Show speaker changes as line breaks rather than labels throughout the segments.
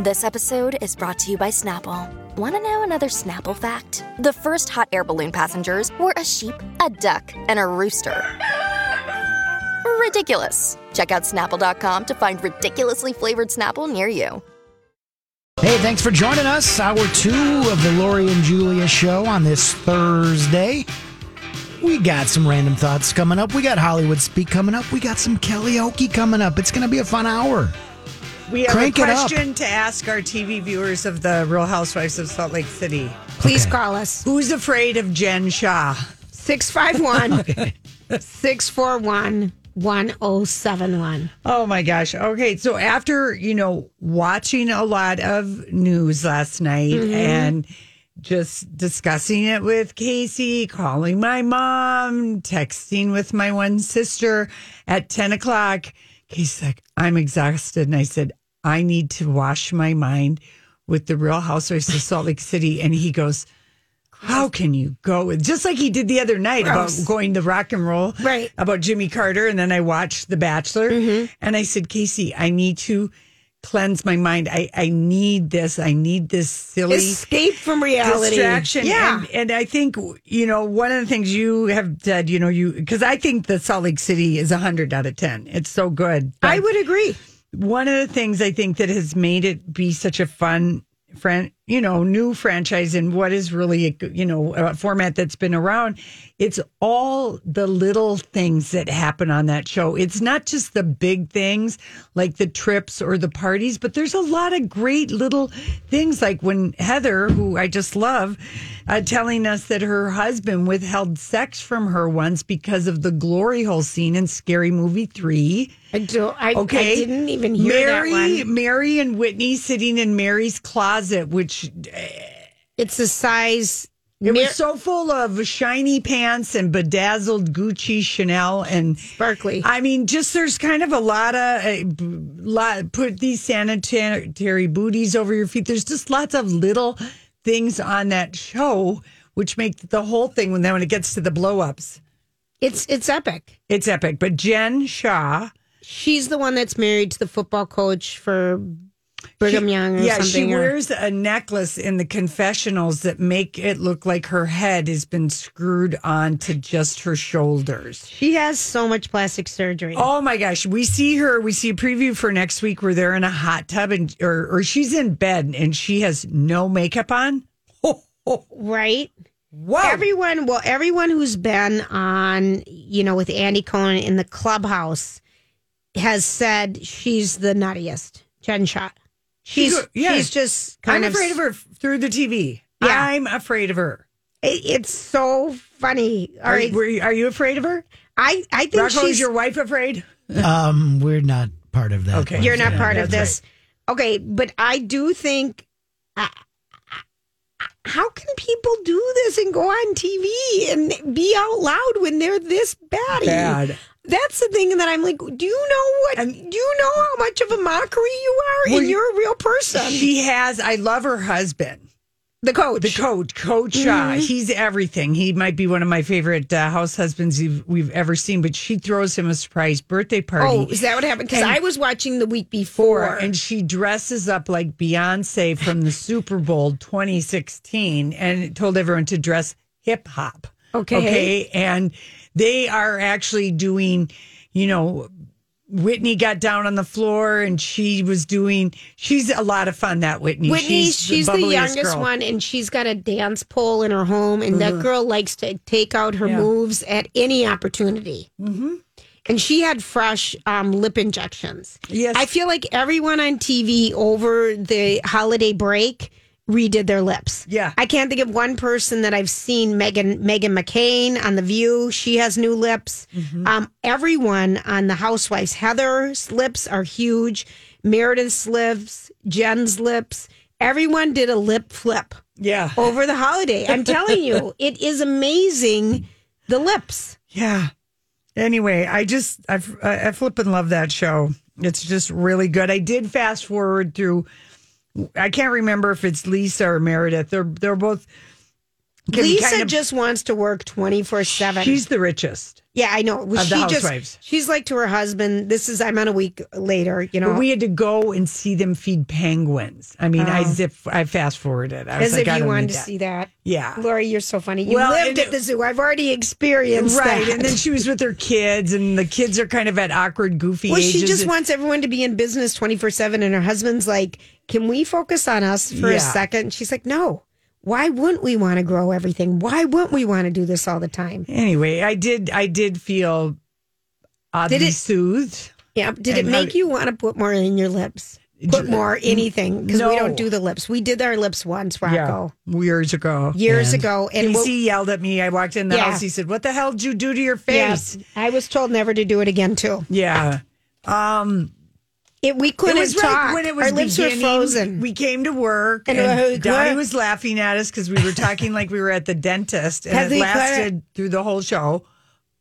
This episode is brought to you by Snapple. Want to know another Snapple fact? The first hot air balloon passengers were a sheep, a duck, and a rooster. Ridiculous. Check out snapple.com to find ridiculously flavored Snapple near you.
Hey, thanks for joining us. Hour two of the Lori and Julia show on this Thursday. We got some random thoughts coming up. We got Hollywood Speak coming up. We got some Kelly Oakey coming up. It's going to be a fun hour.
We have
Crank
a
it up.
question to ask our TV viewers of the Real Housewives of Salt Lake City.
Please call us.
Who's afraid of Jen Shaw?
651 641 1071.
Oh my gosh. Okay, so after, you know, watching a lot of news last night and just discussing it with Casey, calling my mom, texting with my one sister at 10 o'clock, Casey's like, I'm exhausted. And I said, I need to wash my mind with the Real Housewives of Salt Lake City. And he goes, How can you go with just like he did the other night
Gross.
about going to rock and roll
Right. Mm-hmm.
about Jimmy Carter? And then I watched The Bachelor and I said, Casey, I need to cleanse my mind. I, I need this. I need this silly
Escape from reality.
distraction.
Yeah.
And, and I think, you know, one of the things you have said, you know, you, because I think that Salt Lake City is 100 out of 10. It's so good.
I
But
would agree.
one of the things I think that has made it be such a fun fran you know, new franchise and what is really a, you know a format that's been around. It's all the little things that happen on that show. It's not just the big things like the trips or the parties, but there's a lot of great little things like when Heather, who I just love, uh, telling us that her husband withheld sex from her once because of the glory hole scene in Scary Movie Three.
I, do, I,
Okay.
I didn't even hear
Mary,
that one.
Mary and Whitney sitting in Mary's closet, which
It's a size.
it
Mar-
was so full of shiny pants and bedazzled Gucci, Chanel, and
Sparkly.
I mean, just there's kind of a lot of a b- lot. Put these sanitary booties over your feet. There's just lots of little things on that show which make the whole thing. When then when it gets to the blow ups,
It's it's epic.
it's epic. But Jen Shaw,
She's the one that's married to the football coach for Brigham
She-
Young or
yeah,
something.
she
or-
wears a necklace in the confessionals that make it look like her head has been screwed on to just her shoulders.
she has so much plastic surgery.
Oh my gosh, we see her. We see a preview for next week where they're in a hot tub and or, or she's in bed and she has no makeup on. Ho, ho,
Right?
Whoa!
everyone well everyone who's been on you know with andy cohen in the clubhouse has said she's the nuttiest jen shot she's
She's- yeah.
she's just
I'm
kind of
afraid of her through the TV.
Yeah.
I'm afraid of her.
It- it's so funny all
Are,
right
were you- are you afraid of her?
i i think
Rocco, is
she's
your wife afraid?
Um, we're not part of that.
Okay.
one.
you're not part of
that's
this okay but i do think I- I- how can people do this and go on TV and be out loud when they're this batty?
Bad.
That's the thing that I'm like, do you know what? do you know how much of a mockery you are?
Well,
and you're a real person.
She has. I love her husband.
the coach. Mm-hmm.
The coach, Coach Shaw, he's everything. He might be one of my favorite uh, house husbands you've, we've ever seen. But she throws him a surprise birthday party.
oh, is that what happened? Because
And-
I was watching the week before.
and she dresses up like Beyonce from the Super Bowl 2016 and told everyone to dress hip hop.
Okay.
Okay. And they are actually doing, you know, Whitney got down on the floor and she was doing, she's a lot of fun, that Whitney.
Whitney, she's, the,
bubbliest
youngest
girl.
one, and she's got a dance pole in her home, and that girl likes to take out her
Yeah.
moves at any opportunity. Mm-hmm. And she had fresh um, lip injections.
Yes.
I feel like everyone on TV over the holiday break redid their lips.
Yeah.
I can't think of one person that I've seen. Megan Megan McCain on The View, she has new
Mm-hmm.
lips. Um, everyone on The Housewives, Heather's lips are huge. Meredith's lips, Jen's lips. Everyone did a lip flip
Yeah.
over the holiday. I'm telling you, it is amazing. The lips.
Yeah. Anyway, I just I f- I I flippin' love that show. It's just really good. I did fast forward through. I can't remember if it's Lisa or Meredith. They're they're both. can be
Lisa
kind of-
just wants to work 24 7.
She's the richest.
Yeah, I know. Well,
Of
she
the housewives.
just she's like to her husband. This is I'm on a week later. You know,
But we had to go and see them feed penguins. I mean, I zip. I fast forwarded. I was
Oh. as
like,
if
I
you
don't
wanted
need
to
that.
see that.
Yeah.
Lori, you're so funny. You
Well, and
lived
it-
at the zoo. I've already experienced
Right,
that.
and then she was with her kids, and the kids are kind of at awkward, goofy
well,
ages.
she just
and-
wants everyone to be in business 24 7. And her husband's like, Can we focus on us for
Yeah.
a second? She's like, No. Why wouldn't we want to grow everything? Why wouldn't we want to do this all the time?
Anyway, I did. I did feel oddly
it-
soothed.
Yeah. Did
And
it
how-
make you want to put more in your lips? Put more anything because
No.
we don't do the lips. We did our lips once, Rocco,
years ago.
years ago. And
And
what-
he yelled at me. I walked in the
Yeah.
house. He said, "What the hell did you do to your face?"
yes, I was told never to do it again, too.
Yeah, Um,
It, we
it
couldn't
was
talk.
right when it was
our lips were
beginning,
frozen.
We came to work, and,
And we-
Donnie was laughing at us because we were talking like we were at the dentist, and
Has
it
he cut it?
lasted through the whole show.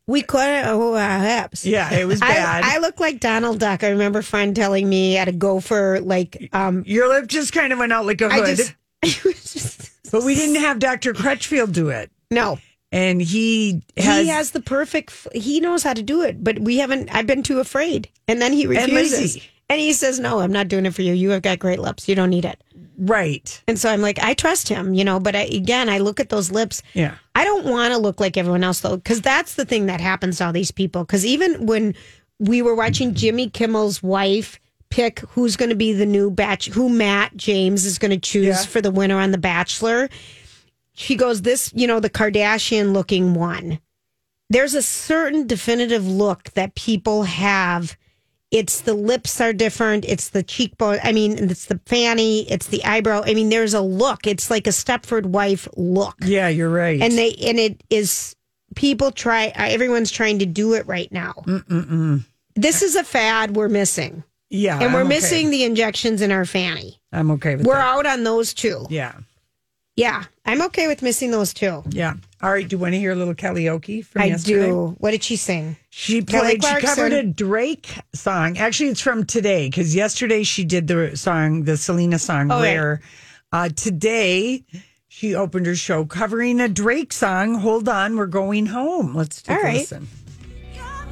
We couldn't hold our hips.
Yeah, it was bad.
I, I look like Donald Duck. I remember friend telling me at a gopher, like, um,
your lip just kind of went out like a
I
hood,
just, I was just,
but we didn't have Dr. Crutchfield do it,
no.
and he has.
he has the perfect, f- he knows how to do it, but we haven't, I've been too afraid. And then he
And
refuses.
lazy.
And, he says, no, I'm not doing it for you. You have got great lips. You don't need it.
right.
And so I'm like, I trust him, you know, but I, again, I look at those lips.
Yeah.
I don't want to look like everyone else though, because that's the thing that happens to all these people. Because even when we were watching Jimmy Kimmel's wife pick who's going to be the new batch, who Matt James is going to choose
Yeah.
for the winner on The Bachelor, she goes, "This, you know, the Kardashian looking one." There's a certain definitive look that people have. It's the lips are different. It's the cheekbone. I mean, it's the fanny. It's the eyebrow. I mean, there's a look. It's like a Stepford wife look
Yeah, you're right.
and they and it is people try uh, everyone's trying to do it right now this is a fad we're missing
yeah,
and
I'm
we're
okay.
missing the injections in our fanny
I'm okay with
we're
that.
out on those two yeah.
yeah,
i'm okay with missing those two
yeah. All right. Do you want to hear a little karaoke from
i
yesterday?
do what did she sing
She
Kelly
played. She covered
Clarkson.
a Drake song. Actually, it's from today because yesterday she did the song, the Selena song,
Oh, yeah.
Rare. Uh, today she opened her show covering a Drake song. Hold on, we're going home. Let's take
All
a
right.
listen.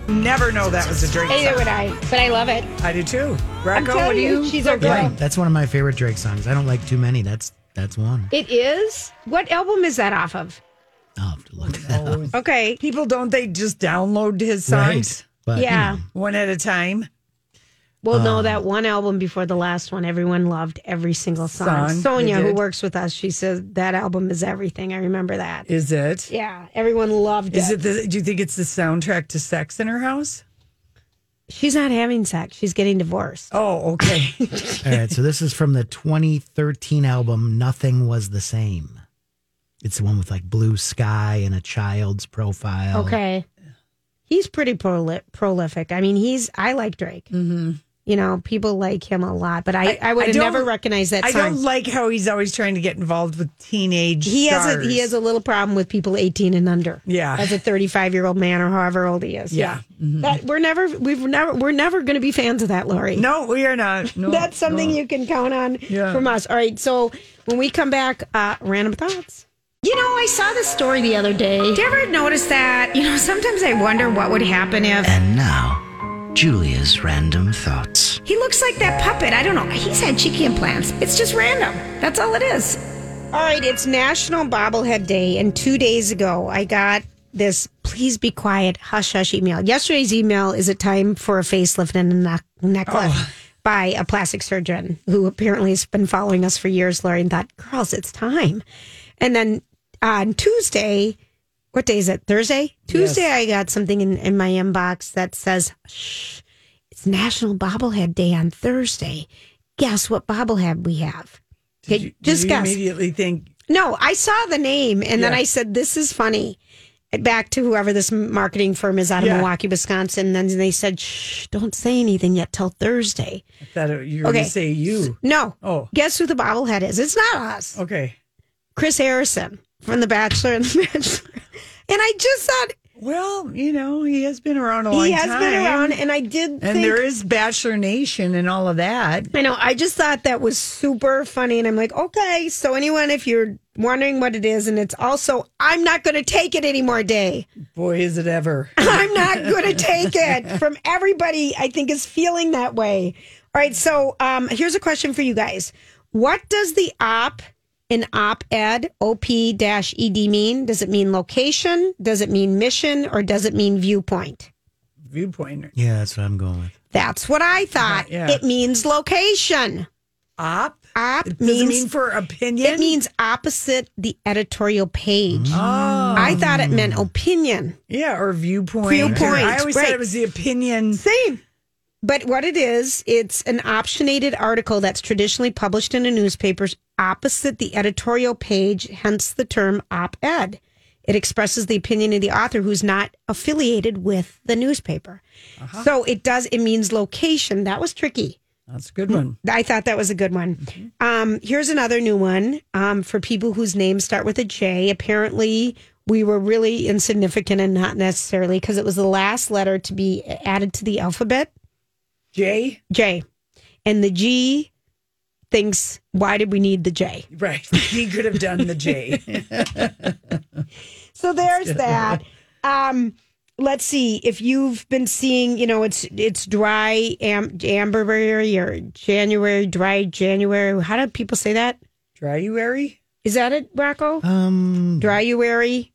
Neither know that was a Drake
neither
song.
would i but i love it
I do too.
i'm
Rocco,
telling
what do
you,
you?
she's our
Yeah,
girl
that's one of my favorite Drake songs. I don't like too many. That's that's one.
it is what album is that off of
I'll have to look that
Oh,
up.
okay
People don't they just download his
Right.
songs Uh,
But, you
Yeah.
know.
one at a time?
Well, no,
Um,
that one album before the last one, everyone loved every single song.
Song, they
Sonia, who
did.
works with us, she says that album is everything. I remember that.
Is it? Is
Yeah, everyone loved it.
it the? Do you think it's the soundtrack to Sex in her house?
She's not having sex. She's getting divorced.
Oh, okay.
All right, so this is from the 2013 album "Nothing Was the Same." It's the one with like blue sky and a child's
Oh.
profile.
Okay. He's pretty proli- prolific. I mean, he's, I like Drake. Mm-hmm. You know, people like him a lot, but I, I, would
I
have
don't-
never recognized that
I
song.
don't like how he's always trying to get involved with teenage.
he has a,
stars.
he has a little problem with people 18 and under.
Yeah.
As a 35 year old man or however old he is.
Yeah. Mm-hmm.
That, we're never, we've never, we're never going to be fans of that, Lori.
No, we are not. No,
That's something
no.
you can count on
Yeah.
from us. All right. So when we come back, uh, random thoughts.
You know, I saw this story the other day.
Do you ever notice that? You know, sometimes I wonder what would happen if.
And now, Julia's random thoughts.
He looks like that puppet. I don't know. He's had cheeky implants. It's just random. That's all it is. All right, it's National Bobblehead Day, and two days ago I got this please be quiet, hush hush email. Yesterday's email is a time for a facelift and a neck, neck lift
Oh.
by a plastic surgeon who apparently has been following us for years, Lori, and thought, girls, it's time. And then on Tuesday, what day is it? Thursday? Tuesday, I got something in, in my inbox that says, shh, it's National Bobblehead Day on Thursday. Guess what bobblehead we have? Okay,
You- you
just guess.
immediately think
No, I saw the name and then
Yeah.
I said, This is funny. back to whoever this marketing firm is out of
Yeah.
Milwaukee, Wisconsin. Then they said, "Shh, don't say anything yet till Thursday."
I thought it- you were going
Okay.
to say you.
No.
Oh.
Guess who the bobblehead is? It's not us.
Okay.
Chris Harrison from The Bachelor and The Bachelor. And I just thought
Well, you know, he has been around a long time.
he has been around, and I did
And
think
there is Bachelor Nation and all of that.
I know. I just thought that was super funny, and I'm like, okay. So anyone, if you're wondering what it is, and it's also, I'm not going to take it anymore. Day,
Boy, is it ever.
I'm not going to take it from everybody. I think is feeling that way. All right. So um, here's a question for you guys: What does the op in op-ed op dash ed mean? Does it mean location? Does it mean mission? Or does it mean viewpoint?
Viewpoint.
Yeah, that's what I'm going with.
That's what I thought.
Yeah, yeah.
It means location.
Op.
Op
Does
means
it mean for opinion?
It means opposite the editorial page.
Oh.
I thought it meant opinion.
yeah, or viewpoint.
Viewpoint,
I always
right.
said it was the opinion.
Same. But what it is, it's an optionated article that's traditionally published in a newspaper opposite the editorial page, hence the term op ed. It expresses the opinion of the author who's not affiliated with the newspaper. So it does, it means location. That was tricky.
That's a good one.
I thought that was a good one. Um, here's another new one um, for people whose names start with a J. Apparently, we were really insignificant and not necessarily because it was the last letter to be added to the alphabet
Jay.
J. And the G thinks, why did we need the J?
Right. He could have done the J.
So there's that. Um, let's see if you've been seeing, you know, it's it's dry am- amberberry or January, dry January. How do people say that?
Dryuary?
Is that it, Rocco?
Um,
Dryuary.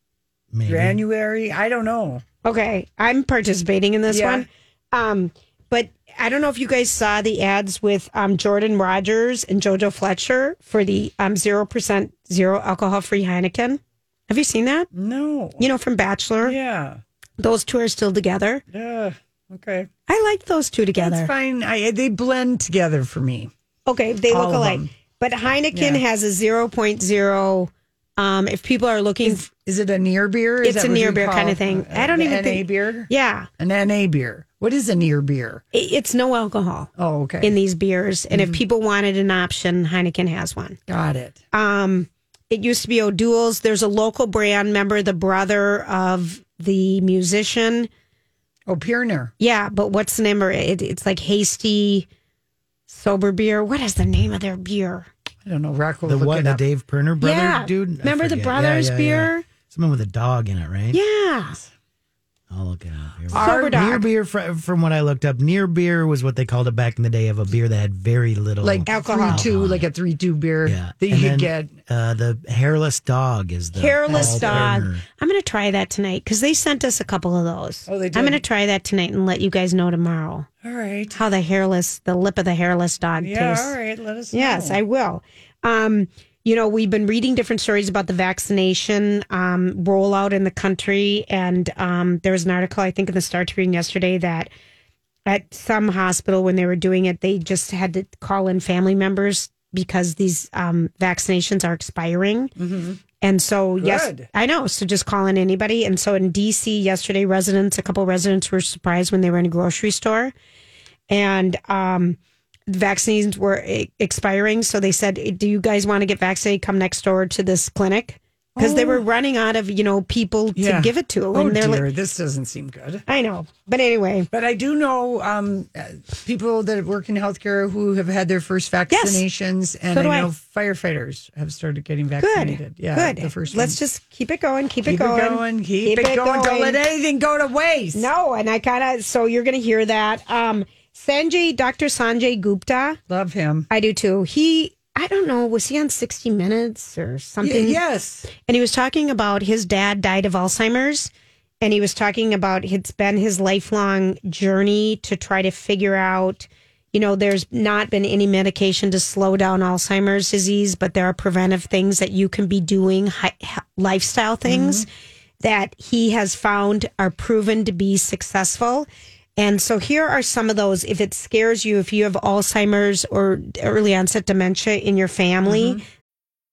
maybe.
January? I don't know.
Okay, I'm participating in this
Yeah.
one. Um, but I don't know if you guys saw the ads with um, Jordan Rogers and JoJo Fletcher for the um, 0% zero alcohol free Heineken. Have you seen that?
No.
You know, from Bachelor.
Yeah.
Those two are still together.
Yeah. Okay.
I like those two
That's
together.
fine. I, they blend together for me.
Okay, they
All
look
of
alike.
them.
But Heineken
Yeah.
has a 0.0. Um, if people are looking,
Is, is it a near beer? Is
It's
that
a
what
near
you
beer
call
kinda thing.
a-
I don't
the
even
NA
think-
beer.
yeah,
An NA beer. What is a near beer?
i- it's no alcohol
Oh, okay.
in these beers. And
Mm-hmm.
if people wanted an option, Heineken has one.
Got it.
Um, it used to be O'Doul's. There's a local brand. Remember the brother of the musician?
Oh, Pierner.
Yeah, but what's the name? Or it, it's like hasty, sober beer. What is the name of their beer?
I don't know. Rock will
The
look
what?
it
The
up.
Dave Perner brother
yeah,
dude? I
Remember the
forget. Yeah,
brothers
yeah, yeah.
beer?
Someone with a dog in it, right?
Yeah.
I'll look it up. Here.
Sober
Our
dog.
Near beer, fr- from what I looked up, near beer was what they called it back in the day of a beer that had very little.
Like
Alcohol.
three two, like a three two beer
yeah.
that you
And
could
then,
get.
Uh, the hairless dog is the
Hairless
Paul
dog.
Perner.
I'm going to try that tonight because they sent us a couple of those.
Oh, they
I'm going to
did.
try that tonight and let you guys know tomorrow
All right.
how the hairless, the lip of the hairless dog
Yeah.
tastes.
All right. Let us.
Yes,
know.
I will. Um, you know, we've been reading different stories about the vaccination um, rollout in the country, and um, there was an article I think in the Star Tribune yesterday that at some hospital when they were doing it, they just had to call in family members because these um, vaccinations are expiring. And so, yes,
Good.
I know. So just call in anybody. And so in DC yesterday, residents, a couple residents were surprised when they were in a grocery store and um, vaccines were e- expiring. So they said, "Do you guys want to get vaccinated? Come next door to this clinic because they were running out of you know people to
Oh. Yeah.
give it to."
Oh
they're
dear,
like,
this doesn't seem good.
"I know," but anyway,
But I do know um, uh, people that work in healthcare who have had their first vaccinations, and
So do
I
I.
know firefighters have started getting
good,
vaccinated. Yeah,
good.
The first
Let's
one.
just keep it going, keep,
keep it going, keep, it, going. Don't let anything go to waste.
No, and I kind of so you're going to hear that. Um, Sanjay, Dr. Sanjay Gupta,
love him.
I do too. He. I don't know. Was he on 60 Minutes or
Y-
something?
yes,
and he was talking about his dad died of Alzheimer's, and he was talking about it's been his lifelong journey to try to figure out. You know, there's not been any medication to slow down Alzheimer's disease, but there are preventive things that you can be doing, hi- he- lifestyle things that he has found are proven to be successful. And so here are some of those. If it scares you, if you have Alzheimer's or early onset dementia in your family,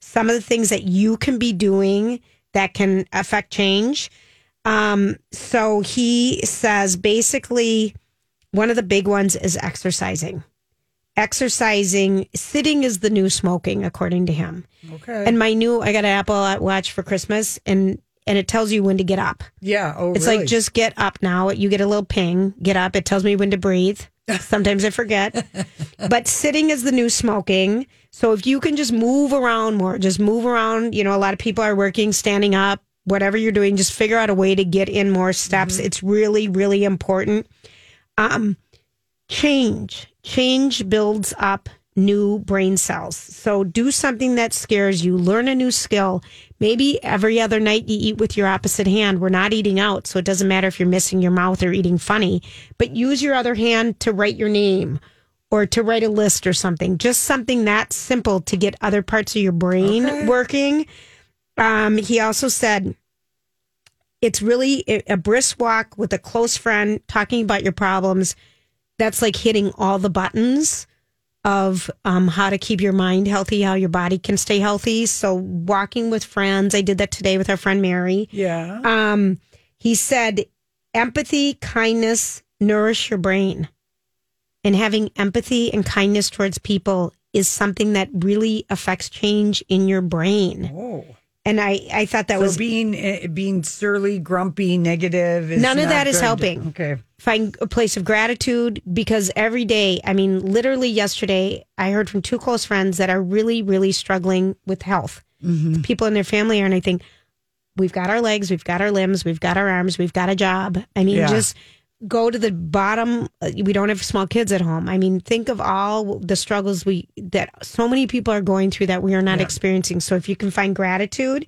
some of the things that you can be doing that can affect change. Um, so he says basically, one of the big ones is exercising. Exercising, sitting is the new smoking, according to him.
Okay.
And my new, I got an Apple Watch for Christmas, and and it tells you when to get up.
yeah. Oh,
It's
really?
like just get up now. You get a little ping. Get up. It tells me when to breathe. Sometimes I forget. but sitting is the new smoking. So if you can just move around more, just move around. You know, a lot of people are working standing up. Whatever you're doing, just figure out a way to get in more steps.
Mm-hmm.
It's really, really important. Um, change. Change builds up new brain cells. So do something that scares you. Learn a new skill. Maybe every other night you eat with your opposite hand. We're not eating out, so it doesn't matter if you're missing your mouth or eating funny, but use your other hand to write your name or to write a list or something. Just something that simple to get other parts of your brain working. Um, he also said, it's really a a brisk walk with a close friend talking about your problems that's like hitting all the buttons of um, how to keep your mind healthy, how your body can stay healthy. So walking with friends, I did that today with our friend Mary.
yeah.
Um, he said, empathy, kindness nourish your brain, and having empathy and kindness towards people is something that really affects change in your brain.
oh.
And I, I thought that
so
was
being eh, being surly, grumpy, negative. Is
None of
not
that is
good.
helping.
Okay.
find a place of gratitude because every day, I mean, literally yesterday, I heard from two close friends that are really, really struggling with health. The People in their family are, and I think we've got our legs, we've got our limbs, we've got our arms, we've got a job. I mean,
Yeah.
just go to the bottom. Uh, We don't have small kids at home. I mean, think of all the struggles we that so many people are going through that we are not experiencing. So if you can find gratitude,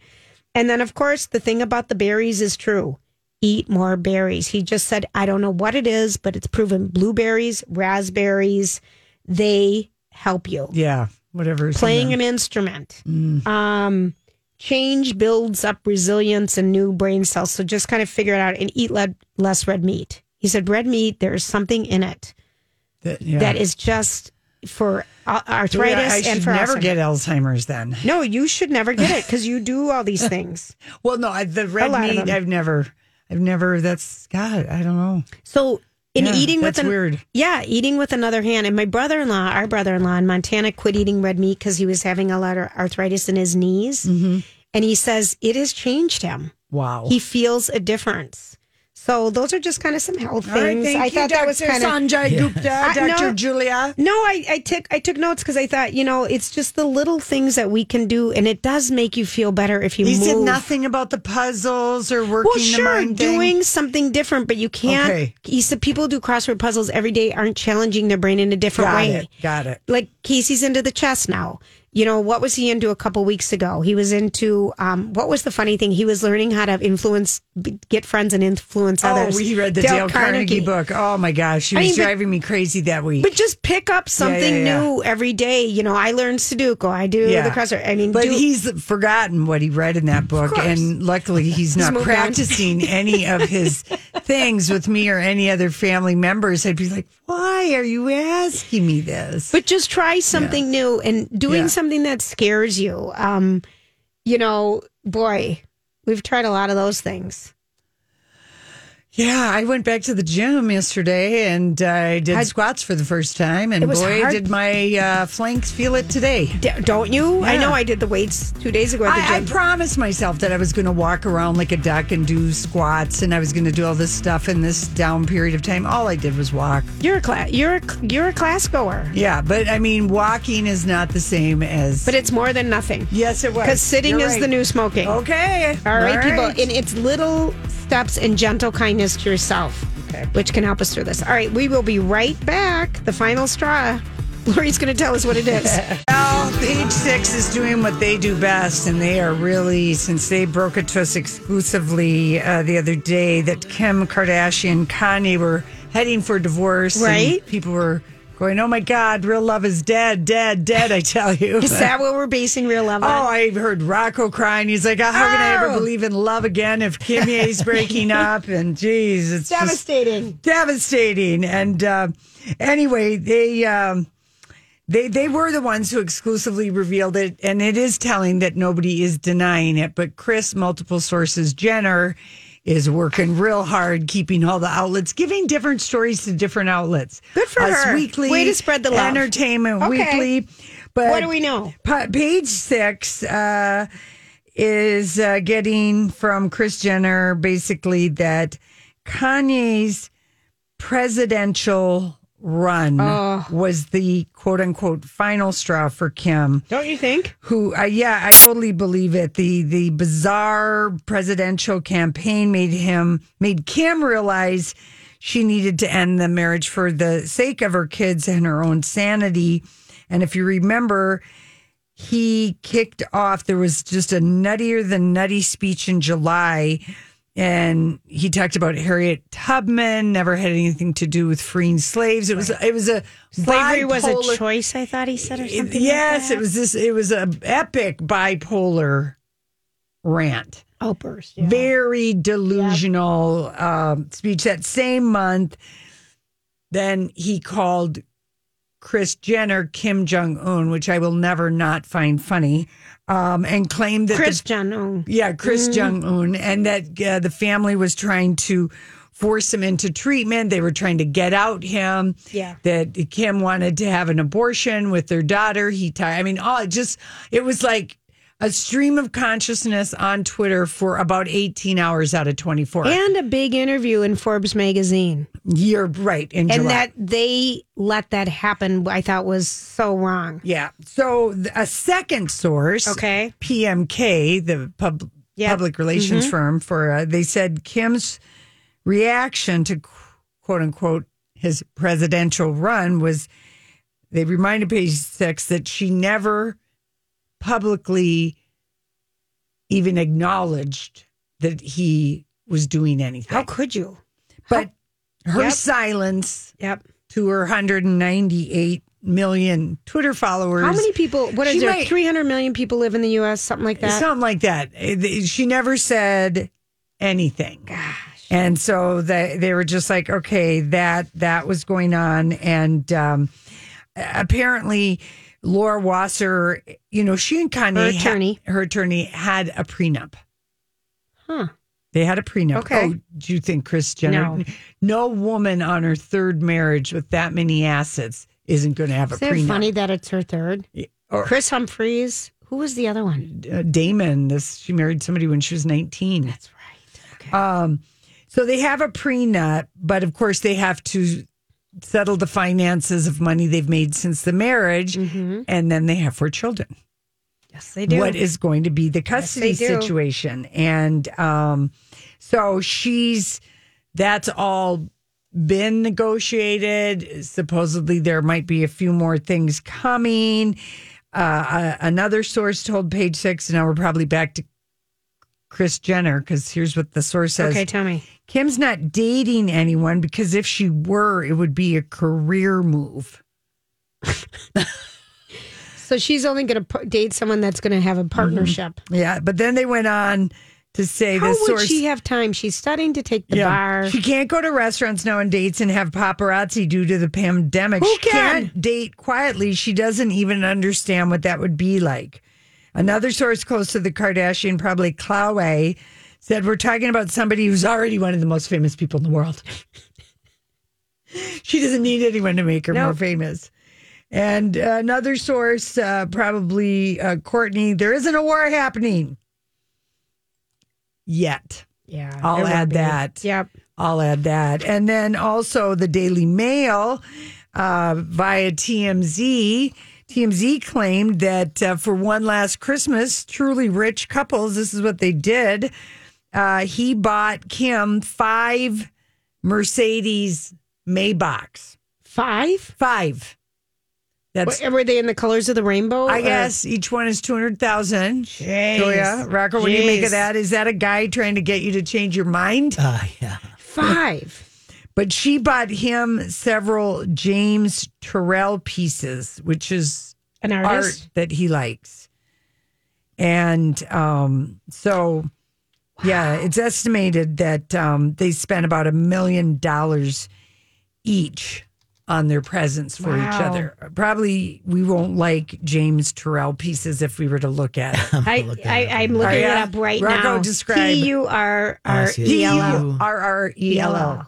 and then, of course, the thing about the berries is true. Eat more berries. He just said, I don't know what it is, but it's proven blueberries, raspberries, they help you.
Yeah. Whatever. is in
Playing
there.
an instrument.
Mm.
Um, change builds up resilience and new brain cells. So just kind of figure it out and eat le- less red meat. He said, red meat, there's something in it
That- yeah.
that is just for uh,
So, yeah,
arthritis
I
and
should
for
never
Alzheimer's.
get Alzheimer's then.
No, you should never get it because you do all these things.
Well, no, I, the red
lot of
meat.
them.
I've never. I've never. That's God. I don't know.
So in
Yeah,
eating with
that's
an,
weird.
yeah, eating with another hand. And my brother in law, our brother in law in Montana, quit eating red meat because he was having a lot of arthritis in his knees. And he says it has changed him.
Mm-hmm. Wow.
He feels a difference. So those are just kind of some health
All right,
things.
thank
I
you,
thought
Dr.
that was kind of
Sanjay Gupta,
I- no.
Dr. Julia.
no. I, I took I took notes because I thought you know it's just the little things that we can do, and it does make you feel better if you
He
move.
said nothing about the puzzles or working
Well, sure,
the mind thing.
doing something different, but you can't.
Okay.
He said people who do crossword puzzles every day aren't challenging their brain in a different
Got
way.
it. Got it.
Like Casey's into the chess now. You know what was he into a couple weeks ago? He was into um, what was the funny thing? He was learning how to influence, b- get friends, and influence
Oh,
others.
he read the Dale, Carnegie. book. Oh my gosh, she
I
was
mean, but-
driving me crazy that week.
But just pick up something
yeah.
new every day. You know, I learned Sudoku. I do
Yeah.
the crossword. I mean,
But
do,
he's forgotten what he read in that book,
course.
and luckily he's not
moved on.
practicing any of his things with me or any other family members. I'd be like, "Why are you asking me this?"
But just try something new and doing
Yeah.
something that scares you. Um, you know, boy, we've tried a lot of those things.
Yeah, I went back to the gym yesterday and I did
How'd-
squats for the first time, and
It was
boy,
hard.
did my uh, flanks feel it today.
D- don't you? I
Yeah.
know I did the weights two days ago at the
I, I
gym.
promised myself that I was going to walk around like a duck and do squats, and I was going to do all this stuff in this down period of time. All I did was walk.
you're a class. You're a, you're a class goer,
Yeah, but I mean, walking is not the same as.
but it's more than nothing.
yes, it was
Because sitting
You're
is
right.
the new smoking.
Okay,
All right, people. And it's little steps and gentle kindness to yourself,
Okay.
which can help us through this. All right, we will be right back. The final straw. Lori's going to tell us what it is.
Well, page six is doing what they do best, and they are really, since they broke it to us exclusively uh, the other day, that Kim Kardashian and Kanye were heading for divorce. and
Right.
people were going, oh my God, real love is dead, dead, dead, I tell you.
is that what we're basing real love
Oh,
on?
I heard Rocco crying. He's like, "Oh, "How can I ever
Oh.
believe in love again if Kimye's breaking up?" And geez, it's just
Devastating.
devastating. And uh, anyway, they um, they they were the ones who exclusively revealed it, and it is telling that nobody is denying it. But Chris, multiple sources, Jenner is working real hard, keeping all the outlets, giving different stories to different outlets.
Good for
Us
her.
Weekly,
Way to spread the love.
Entertainment
Okay.
Weekly. But
What do we know?
Pa- page six uh, is uh, getting from Chris Jenner basically that Kanye's presidential run
Oh.
was the quote unquote final straw for Kim
Don't you think?
who uh, yeah i totally believe it the the bizarre presidential campaign made him made kim realize she needed to end the marriage for the sake of her kids and her own sanity and if you remember he kicked off there was just a nuttier than nutty speech in july and he talked about Harriet Tubman never had anything to do with freeing slaves. It was it was a
Slavery was
bipolar-
a choice, I thought he said, or
it-
something.
yes,
like
it was this. It was an epic bipolar rant.
outburst.
Very delusional um, speech. That same month, then he called Chris Jenner Kim Jong Un, which I will never not find funny, um, and claimed that the-
Chris John. Oh.
yeah, Chris Jong Un, and that uh, the family was trying to force him into treatment. They were trying to get out him.
Yeah.
that Kim wanted to have an abortion with their daughter. He, ti- I mean, all it just it was like a stream of consciousness on Twitter for about eighteen hours out of twenty four.
And a big interview in Forbes magazine.
You're right, in
And
July.
that they let that happen, I thought was so wrong.
yeah. So th- a second source,
Okay.
PMK, the pub,
Yeah.
public relations
Mm-hmm.
firm, for uh, they said Kim's reaction to quote unquote his presidential run was they reminded page six that she never publicly even acknowledged that he was doing anything.
How could you?
but her
Yep.
silence
Yep.
to her 198 million Twitter followers.
How many people? What
She
is there?
might-
300 million people live in the U.S., something like that.
Something like that. Eh, th- She never said anything. And so they, they were just like, okay, that that was going on. And um, apparently, Laura Wasser, you know, she and Kanye,
Her
ha-
attorney.
her attorney had a prenup.
Huh.
They had a prenup.
Okay.
Oh, do you think Chris Jenner?
No.
no woman on her third marriage with that many assets isn't going to have a
Isn't it
prenup.
funny that it's her third?
or-
Chris Humphreys. Who was the other one?
uh, Damon. This she married somebody when she was nineteen. That's right. Um, so they have a prenup, but of course they have to settle the finances of money they've made since the marriage,
Mm-hmm.
and then they have four children.
Yes, they
What is going to be the custody
they do.
situation? And um, so she's that's all been negotiated. Supposedly, there might be a few more things coming. Uh, a- another source told Page Six, and now we're probably back to Chris Jenner because here's what the source says.
okay, tell me.
Kim's not dating anyone because if she were, it would be a career move.
So she's only going to date someone that's going to have a partnership.
Yeah, but then they went on to say
How
this
would
Mm-hmm. source.
she have time? She's studying to take the bar.
She can't go to restaurants now and dates and have paparazzi due to the pandemic.
Who
she
can?
not date quietly. She doesn't even understand what that would be like. Another source close to the Kardashian, probably Chloe, said, We're talking about somebody who's already one of the most famous people in the world. she doesn't need anyone to make her more famous. And uh, another source, uh, probably uh, Courtney, there isn't a war happening yet.
Yeah.
I'll
it won't
add
be.
that.
Yep.
I'll add that. And then also the Daily Mail uh, via TMZ. TMZ claimed that uh, for one last Christmas, truly rich couples, this is what they did. Uh, he bought Kim five Mercedes Maybachs.
Five?
Five. That's,
Were they in the colors of the rainbow?
I
or-
guess, each one is 200,000.
uh, Jeez.
Julia, Rocker, what do you make
Jeez.
of that? Is that a guy trying to get you to change your mind?
Uh, yeah.
Five.
but she bought him several James Terrell pieces, which is
An artist?
art that he likes. And um, so, yeah, it's estimated that um, they spent about a million dollars each on their presents for each
Wow.
other. Probably we won't like James Terrell pieces if we were to look at it.
I, I, I'm looking
Are ya?
it up right
Rocco,
now.
describe.
E. T-U-R-R-E-L-L.
R R E L L.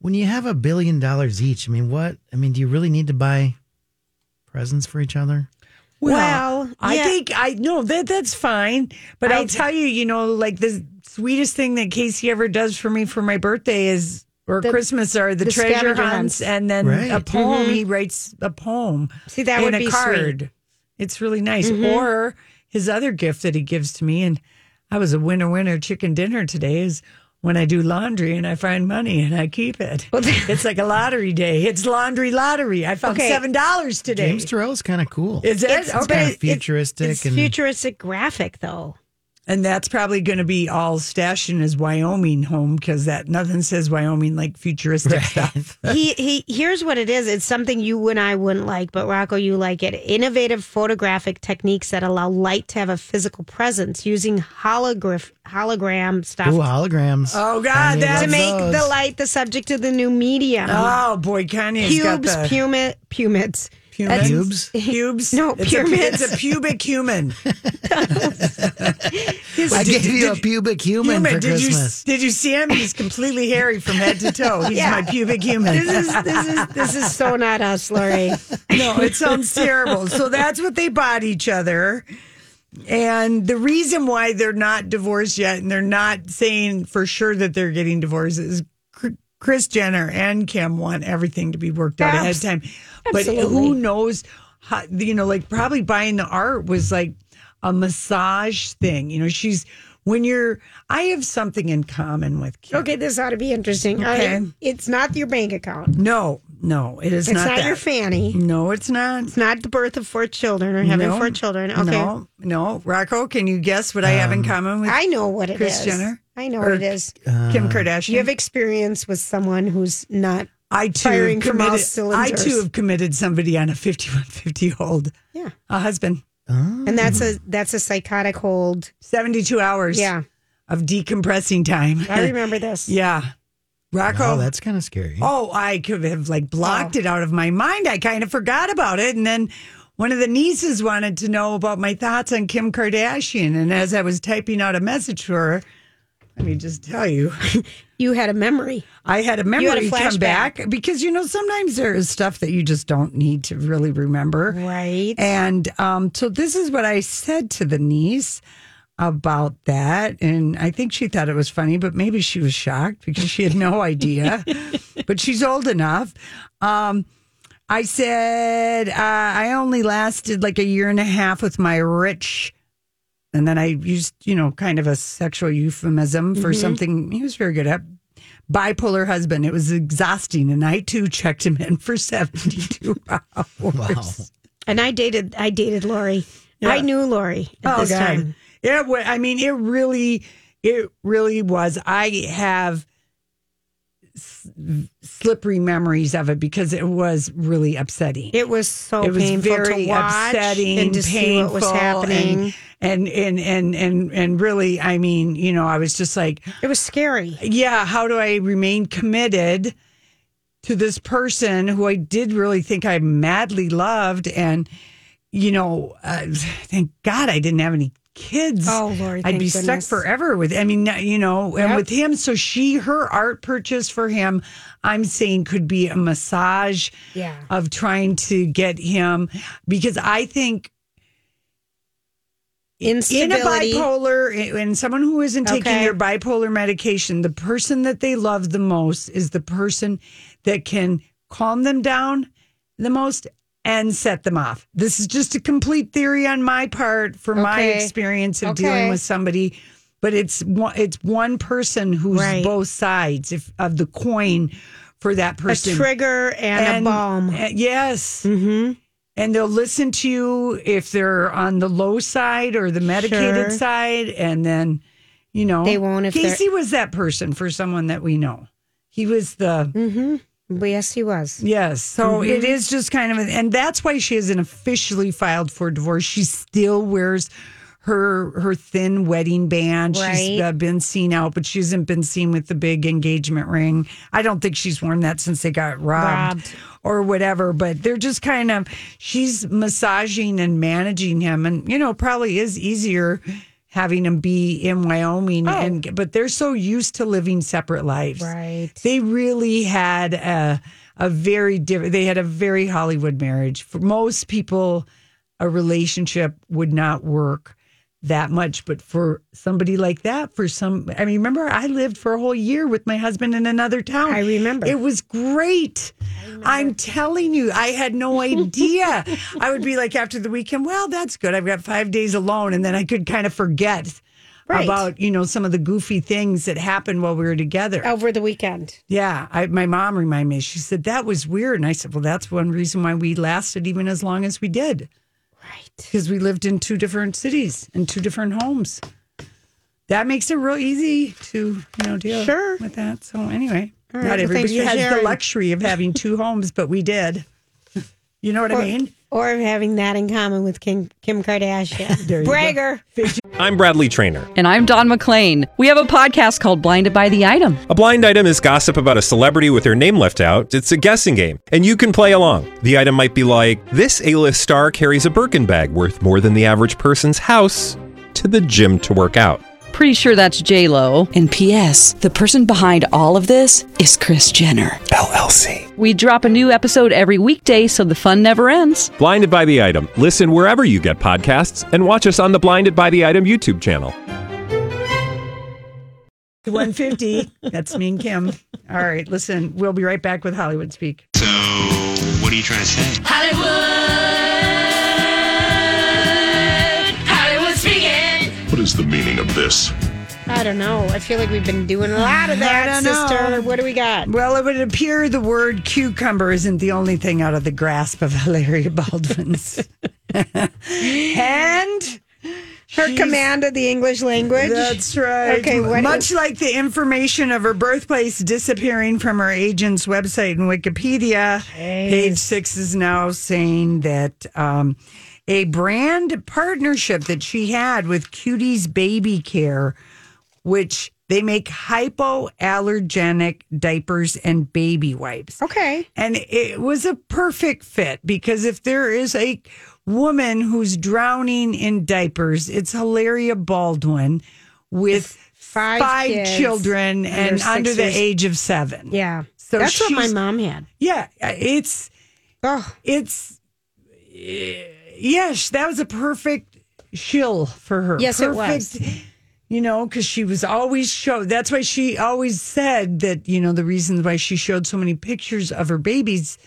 When you have a billion dollars each, I mean, what? I mean, do you really need to buy presents for each other?
Well,
I
yeah.
think I know that that's fine, but I'll
I-
tell you, you know, like the sweetest thing that Casey ever does for me for my birthday is or
The-
Christmas are the,
the
treasure
scavenger
hunts,
hunts. Mm-hmm.
and then a
Right.
poem. He writes a poem.
See, that
in
would
a
be sweet. Mm-hmm.
card. It's really nice. Or his other gift that he gives to me, and I was a winner winner chicken dinner today is. When I do laundry and I find money and I keep it,
Well, that-
it's like a lottery day. It's laundry lottery. I found
Okay.
seven dollars today.
James Terrell's kind of cool.
Is it?
It's-
okay.
but
futuristic
It's
and
futuristic graphic, though.
And that's probably going to be all stashed in his Wyoming home because that nothing says Wyoming like futuristic stuff.
he he here's what it is it's something you and i wouldn't like but rocco you like it innovative photographic techniques that allow light to have a physical presence using holograph hologram stuff
Ooh, holograms.
Oh, God,
Kanye
that's-
loves
to make
those.
the light the subject of the new medium
Oh boy, Kanye's got
pubes
the
pumi- pumids
pubes.
Pubes?
Pubes?
No,
it's a, pu-
pyramids.
it's a pubic human.
I
Did-
gave you a
did-
pubic human, for
did
Christmas.
you did you see him? He's completely hairy from head to toe. He's my pubic human.
this is this is this is so not us lori
No, it sounds terrible. So that's what they bought each other. And the reason why they're not divorced yet and they're not saying for sure that they're getting divorced is Chris Jenner and Kim want everything to be worked out ahead of
Abs-
time. But who knows how, you know, like probably buying the art was like a massage thing. You know, she's when you're, I have something in common with Kim.
okay this ought to be interesting I-
Okay.
it's not your bank account
No, no, it is
it's not,
not. that.
your fanny
No, it's not.
it's not the birth of four children or having
No.
four children okay
No, no. Rocco, can you guess what I have in common with
Um, I know what it is.
Kris Jenner?
I know
Or-
what it is.
Kim
Uh,
Kardashian?
You have experience with someone who's not.
I too
firing
have
from all
committed. I
cylinders.
too have committed somebody on a fifty-one fifty hold.
Yeah,
A husband,
oh.
and that's a
Mm-hmm.
that's a psychotic hold.
seventy-two hours.
Yeah,
of decompressing time.
I remember this.
yeah, Rocco.
Oh, that's kind of scary.
Oh, I could have like blocked it out of my mind. I kind of forgot about it. And then one of the nieces wanted to know about my thoughts on Kim Kardashian. And as I was typing out a message to her, let me just tell you,
You had a memory.
I had a
had a
memory come
flashback.
back because you know sometimes there is stuff that you just don't need to really remember.
Right.
And um, so this is what I said to the niece about that, and I think she thought it was funny, but maybe she was shocked because she had no idea. but she's old enough. Um, I said uh, I only lasted like a year and a half with my rich. And then I used, you know, kind of a sexual euphemism for something he was very good at bipolar husband. It was exhausting, and I too checked him in for seventy-two hours.
Wow.
And I dated I dated Lori. I knew Lori at
Oh
this
God!
time.
It. wa- I mean, it really, it really was. I have s- slippery memories of it because it was really upsetting.
It was so
it was
painful
very
to watch
upsetting
and to see what was
painful,
happening.
and and and and and really, I mean, you know, I was just like,
it was scary.
yeah, how do I remain committed to this person who I did really think I madly loved? And, you know, uh, thank God I didn't have any kids.
Oh, Lord,
I'd
thank
be stuck
goodness.
forever with. I mean, you know, and
Yep.
with him. So she, her art purchase for him, I'm saying could be a massage
Yeah.
of trying to get him because I think in a
Instability.
bipolar and someone who isn't taking
Okay.
their bipolar medication, the person that they love the most is the person that can calm them down the most and set them off. This is just a complete theory on my part for my
Okay.
experience of
Okay.
dealing with somebody, but it's one, it's one person who's
Right.
both sides if, of the coin for that
a
person.
trigger and, a balm.
uh, yes.
mm-hmm.
And they'll listen to you if they're on the low side or the medicated
Sure.
side. And then, you know,
They won't if they're-
Casey was that person for someone that we know. He was the,
But yes, he was.
yes. So
Mm-hmm.
it is just kind of, a, and that's why she hasn't officially filed for divorce. She still wears her her thin wedding band. She's
Right.
uh, been seen out, but she hasn't been seen with the big engagement ring. I don't think she's worn that since they got robbed,
Robbed.
or whatever. But they're just kind of she's massaging and managing him, and you know probably is easier having him be in Wyoming. And but they're so used to living separate lives,
Oh. Right.
They really had a a very different. They had a very Hollywood marriage. For most people, a relationship would not work that much. But for somebody like that, for some, I mean, remember, I lived for a whole year with my husband in another town.
I remember.
It was great. I'm telling you, I had no idea. I would be like after the weekend, well, that's good. I've got five days alone. And then I could kind of forget
Right.
about, you know, some of the goofy things that happened while we were together.
Over the weekend.
Yeah, I, my mom reminded me. She said that was weird, and I said, "Well, that's one reason why we lasted even as long as we did, right? Because we lived in two different cities and two different homes. That makes it real easy to you know deal
Sure.
with that. So anyway,
All
not
right, well, thanks
everybody
for
has the
sharing.
luxury of having two homes, but we did. You know what I mean?
Or having that in common with Kim, Kim Kardashian.
There you go.
Bragger.
I'm Bradley Trainer.
And I'm Don McClain. We have a podcast called Blinded by the Item.
A blind item is gossip about a celebrity with their name left out. It's a guessing game, and you can play along. The item might be like this: A-list star carries a Birkin bag worth more than the average person's house to the gym to work out.
Pretty sure that's J Lo. And P.S. The person behind all of this is Chris Jenner
LLC.
We drop a new episode every weekday, so the fun never ends.
Blinded by the item. Listen wherever you get podcasts, and watch us on the Blinded by the Item YouTube channel.
150. That's me and Kim. All right, listen, we'll be right back with Hollywood Speak.
So, what are you trying to say?
Hollywood. Hollywood speaking.
What is the meaning of this?
I don't know. I feel like we've been doing a lot of
I
that,
don't know.
sister. What do we got?
Well, it would appear the word cucumber isn't the only thing out of the grasp of Hilaria Baldwin's. and
Her
she's-
command of the English language.
That's right.
Okay, what
Much like the information of her birthplace disappearing from her agent's website and Wikipedia, page six is now saying that um, a brand partnership that she had with Cutie's Baby Care, which they make hypoallergenic diapers and baby wipes.
Okay.
And it was a perfect fit because if there is a woman who's drowning in diapers, it's Hilaria Baldwin with
five
five,
kids
children
under
and
six
under the
years-
age of seven.
Yeah.
So
That's what my
she's-
mom had.
Yeah, it's
Oh,
it's yes, that was a perfect shill for her.
Yes, it was.
perfect, You know, because she was always show. That's why she always said that. You know, the reason why she showed so many pictures of her babies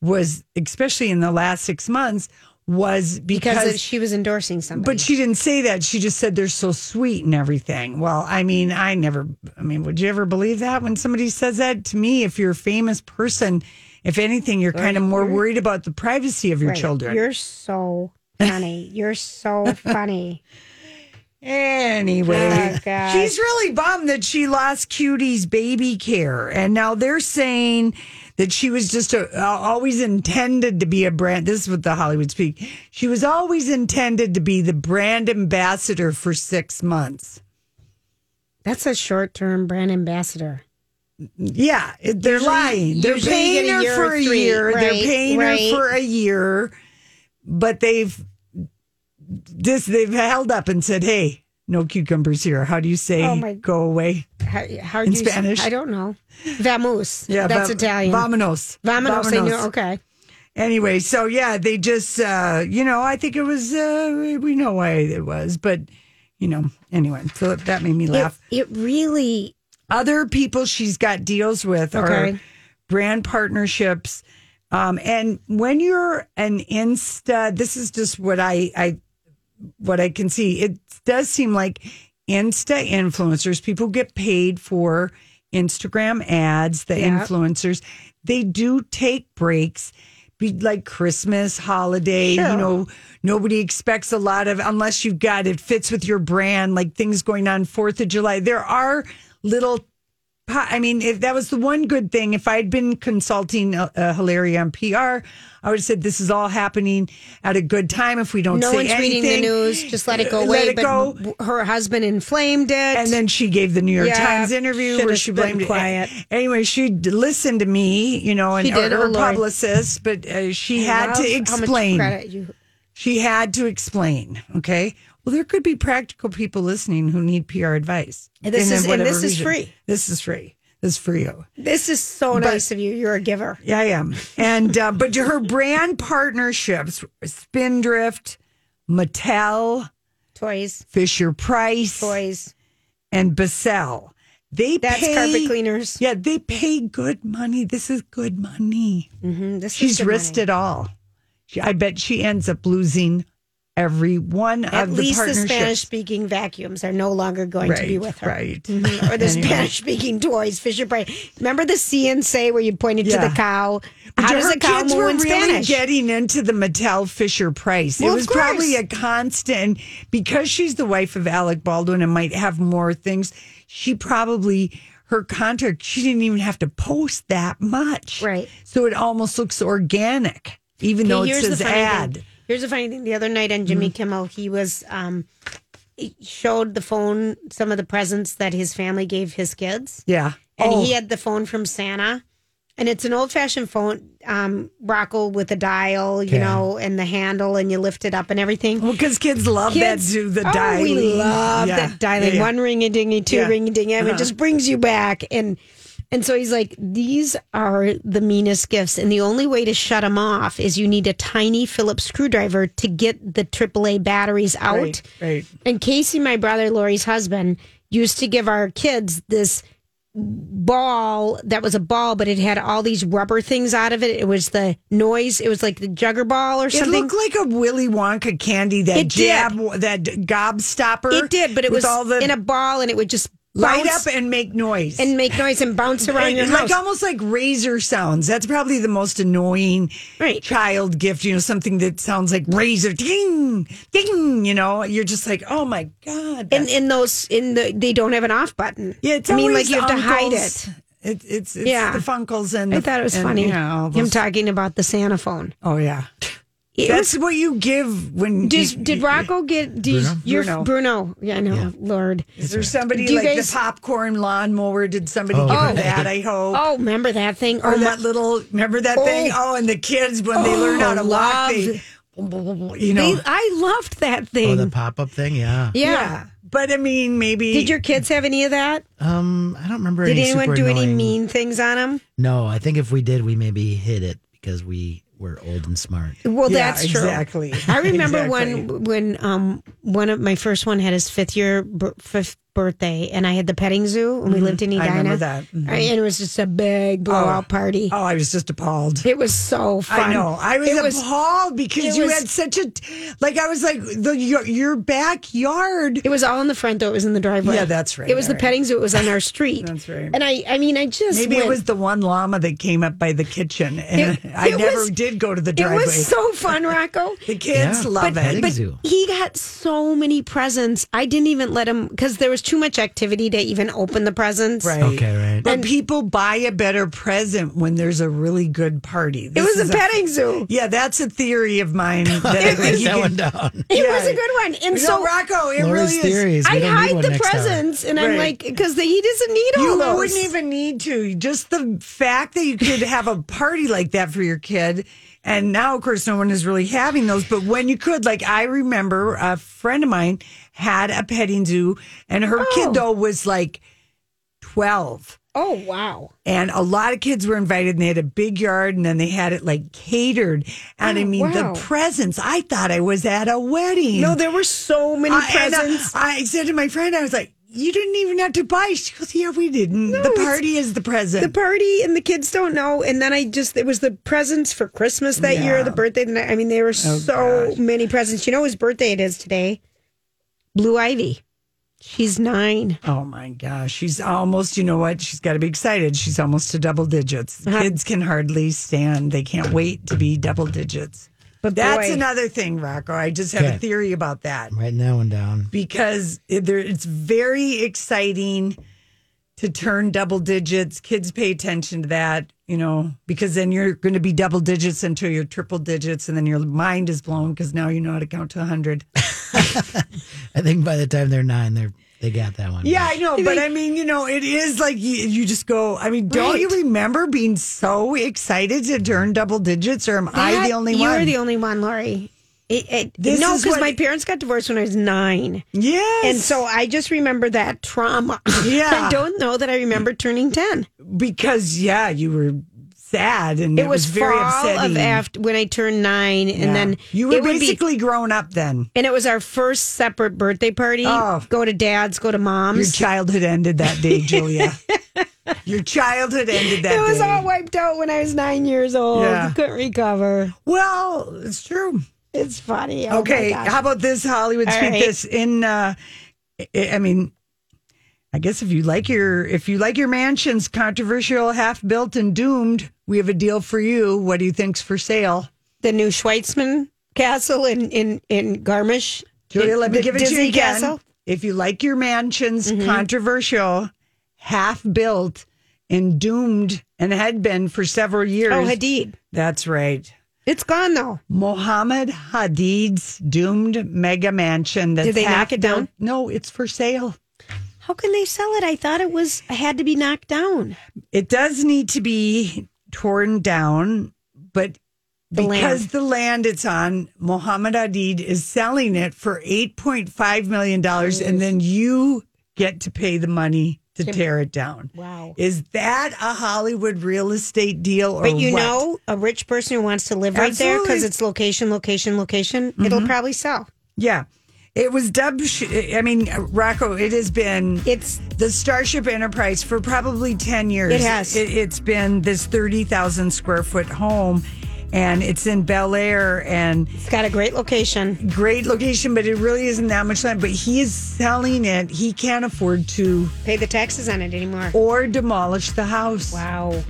was, especially in the last six months, was because,
Because, she was endorsing somebody.
but she didn't say that. She just said they're so sweet and everything. Well, I mean, I never, I mean, would you ever believe that when somebody says that to me? If you're a famous person, if anything, you're kind of more worried about the privacy of your
Right.
children.
You're so funny. You're so funny.
Anyway,
Oh, gosh.
she's really bummed that she lost Cutie's baby care, and now they're saying that she was just a, uh, always intended to be a brand. This is what the Hollywood speak. She was always intended to be the brand ambassador for six months.
That's a short term brand ambassador.
Yeah, it- they're
Usually-
lying. They're
usually you
paying
get a
her
year
for
or
a
three,
year. They're
right,
paying
right.
her for a year, but they've this they've held up and said, "Hey, no cucumbers here." How do you say
Oh, my-
go away?
How, how
In
do you say-
Spanish?
I don't know. Vamoose.
Yeah,
that's
va-
Italian.
Vamonos.
Vamonos. I knew-
Vamonos.
okay.
Anyway, so yeah, they just uh, you know, I think it was uh, we- we know why it was, but you know, anyway, so that made me laugh.
It, really
other people she's got deals with are
Okay.
brand partnerships. Um, and when you're an Insta, this is just what I, I what I can see. It does seem like Insta influencers, people get paid for Instagram ads, the
Yeah.
influencers, they do take breaks. Be like Christmas, holiday, you
Sure.
know, nobody expects a lot of, unless you've got it fits with your brand, like things going on 4th of July. There are little, po- I mean, if that was the one good thing, if I'd been consulting uh, uh, Hilaria on PR, I would have said this is all happening at a good time. If we don't
no
say
one's
anything, uh,
reading the news. Just oh, let it go away.
Let it
but
go.
w- her husband inflamed it. And
then she gave the New York
Yeah,
Times interview
should've
where she
been
blamed it.
quiet.
Anyway, she d- listened to me, you know, and
She did,
or her
oh, Lord.
publicist, but uh, she
I
had
love
to
how much
explain.
credit you-
She had to explain. Okay. Well, there could be practical people listening who need PR advice.
And this
in
is- and
whatever
this is free.
This is free. This is free. Oh.
This is so nice of you. You're a giver.
Yeah, I am. And uh, but her brand partnerships: Spindrift, Mattel,
Toys,
Fisher Price,
Toys,
and Bissell. They
That's
pay,
carpet cleaners.
Yeah, they pay good money. This is good money.
Mm-hmm. This
She's
is good
risked
money.
it all. She, I bet she ends up losing every one
At
of the
least the,
partnerships.
Spanish speaking vacuums are no longer going to be
Right,
with her.
right.
Mhm. Or the
Anyway.
Spanish speaking toys, Fisher Price. Remember the C and say where you pointed to
Yeah.
the cow?
But
How does
her
a cow
kids
moo
were
in
really
Spanish?
getting into the Mattel Fisher Price.
Well,
it
of
was probably
course.
a constant because she's the wife of Alec Baldwin and might have more things. She probably her contract. She didn't even have to post that much,
Right.
So it almost looks organic, even though
Okay,
it says
funny
ad. Mm-hmm.
Thing. Here's the funny thing. The other night on Jimmy Kimmel, he was um, he showed the phone some of the presents that his family gave his kids.
Yeah.
and
oh,
he had the phone from Santa. And it's an old fashioned phone, um, rockle with a dial, you
Yeah.
know, and the handle, and you lift it up and everything.
well, because kids love that do the
oh,
dialing.
we love
Yeah.
that dialing.
Yeah, yeah.
One ring a dingy, two
Yeah.
ring a dingy. I mean,
Uh-huh.
it just brings you back. And and so he's like, these are the meanest gifts, and the only way to shut them off is you need a tiny Phillips screwdriver to get the AAA batteries out.
Right, right.
And Casey, my brother Lori's husband, used to give our kids this ball that was a ball, but it had all these rubber things out of it. It was the noise. It was like the jugger ball or
It
something.
looked like a Willy Wonka candy that
It did.
jab that gobstopper.
It did, but it
with
was
all the
in a ball, and it would just
light
bounce
up and make noise
and make noise and bounce around
And
your
like
house.
almost like razor sounds. That's probably the most annoying
Right.
child gift. You know, something that sounds like razor ding ding. You know, you're just like, oh my god.
and
that's-
in those, in the they don't have an off button.
yeah, it's
I mean,
always
like you have to hide
uncles.
it.
It, it's, it's
Yeah.
the funkles and
I
the-
thought it was
and,
funny.
you know, all
Him
those-
talking about the Santa phone.
oh yeah,
It
that's
was-
what you give when.
Does,
you-
did Rocco get? Do
Bruno?
you, your,
Bruno.
Bruno. Yeah, I know. Lord.
Is there somebody
Do you
like
guys-
the popcorn lawnmower? Did somebody give her
Oh.
that? I hope.
Oh, remember that thing?
Or
oh,
that
my-
little, remember that
Oh.
thing? Oh, and the kids when they learn how to
Oh,
walk,
love.
they, you know,
They- I loved that thing.
Oh, the pop up thing, yeah.
yeah.
But I mean, maybe
Did your kids have any of that?
Um, I don't remember.
Did
any
anyone
super
do any
annoying-
mean things on them?
No, I think if we did, we maybe hid it because we were old and smart.
Well,
Yeah,
that's true.
exactly.
I remember
Exactly.
when when um one of my first one had his fifth year bir- fifth birthday, and I had the petting zoo, and we lived in
Mm-hmm. I
Edina.
remember that. Mhm.
I- and it was just a big blowout party.
Oh, I was just appalled.
It was so fun.
I know. I was
It
appalled because
it
you
was-
had such a like. I was like the your, your backyard.
It was all in the front though. It was in the driveway.
Yeah, that's right.
It was
All
the
right.
petting zoo. It was on our street.
That's right.
And I, I mean, I just
Maybe it
went-
was the one llama that came up by the kitchen, and
It-
I
it
never
was-
did go to the
It
driveway.
was so fun, Rocco.
the kids
Yeah.
love
But- but-
it.
But he got so many presents. I didn't even let him because there was too much activity to even open the presents.
Right.
Okay, right.
But people buy a better present when there's a really good party.
It
This
was
is
a petting zoo.
yeah, that's a theory of mine. That I
Write
think you
that one
can,
down.
It
Yeah.
was a good one. And
no,
so
Rocco, it
Lori's
really is.
theories. We
I
don't need
hide
one
the
next hour.
presents, and I'm
Right.
like, because he doesn't need all
You
those.
wouldn't even need to. Just the fact that you could have a party like that for your kid And now, of course, no one is really having those. But when you could, like I remember a friend of mine had a petting zoo, and her kid, though, was like 12.
Oh, wow.
And a lot of kids were invited, and they had a big yard, and then they had it like catered. And I mean,
wow.
the presents. I thought I was at a wedding.
No, there were so many
I- and, uh,
presents.
I said to my friend, I was like, you didn't even have to buy. She goes, yeah, we didn't.
No,
the
it's-
party is the present.
The party and the kids don't know. And then I just, it was the presents for Christmas that year, the birthday. The night. I mean, there were
Oh,
so many presents. You know whose birthday it is today? Blue Ivy. She's nine.
Oh my gosh, she's almost, you know what? She's got to be excited. She's almost to double digits.
Uh-huh.
The Kids can hardly stand. They can't wait to be double digits. But that's
boy-
another thing, Rocco. I just have
Okay.
a theory about that
I'm writing that one down.
because it, there, it's very exciting to turn double digits. Kids pay attention to that, you know, because then you're going to be double digits until you're triple digits, and then your mind is blown because now you know how to count to 100.
I think by the time they're nine, they're they got that one.
Yeah, I know,
You
but
mean-
I mean, you know, it is like you, you just go. I mean, don't you
Right.
remember being so excited to turn double digits, or am I
That-
the only
you
one?
were the only one, Lori. It, it,
This
no,
is
because
what-
my parents got divorced when I was nine.
yes,
And so I just remember that trauma.
Yeah.
I don't know that I remember turning 10.
because yeah, you were sad, and it,
It was,
very
fall
upsetting.
of after when I turned nine,
Yeah.
and then
you were
it would be,
basically grown up then.
and it was our first separate birthday party.
Oh.
Go to dad's, go to
Your
mom's.
childhood ended that day, Julia. Your childhood ended that
it was
day.
all wiped out when I was nine years old.
Yeah.
Couldn't recover.
well, it's true.
It's funny. Oh, my
Okay,
gosh.
how about this Hollywood
All
speak
right.
this in uh I I mean I guess if you like your if you like your mansions controversial half built and doomed, we have a deal for you. What do you think's for sale?
the new Schweitzman Castle in in in Garmisch.
Julia, let me
The
give it to
Disney
you again.
Castle. Mm-hmm.
If you like your mansions controversial half built and doomed and had been for several years.
Oh, Hadid.
That's right.
It's gone though.
Mohammed Hadid's doomed mega mansion. That's
Did they
half
knock it down?
built- No, it's for sale.
How can they sell it? I thought it was had to be knocked down.
it does need to be torn down, but
The
because
land.
the land it's on, Mohammed Adid is selling it for eight point five million dollars, and then you get to pay the money to tear it down.
Wow.
Is that a Hollywood real estate deal? Or
But you
what?
know, a rich person who wants to live right there
Absolutely.
because
Mm-hmm.
it's location, location, location, it'll probably sell.
yeah. It was dubbed. sh- I mean, Rocco. It has been.
It's
the Starship Enterprise for probably 10 years.
It has.
It, has been this 30,000 square foot home and it's in Bel Air and
it's got a great location.
great location, but it really isn't that much land. But he is selling it. He can't afford to
Pay the taxes on it anymore.
or demolish the house.
Wow.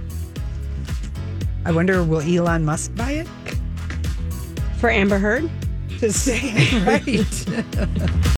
I wonder, will Elon Musk buy it?
For Amber Heard?
To say, right.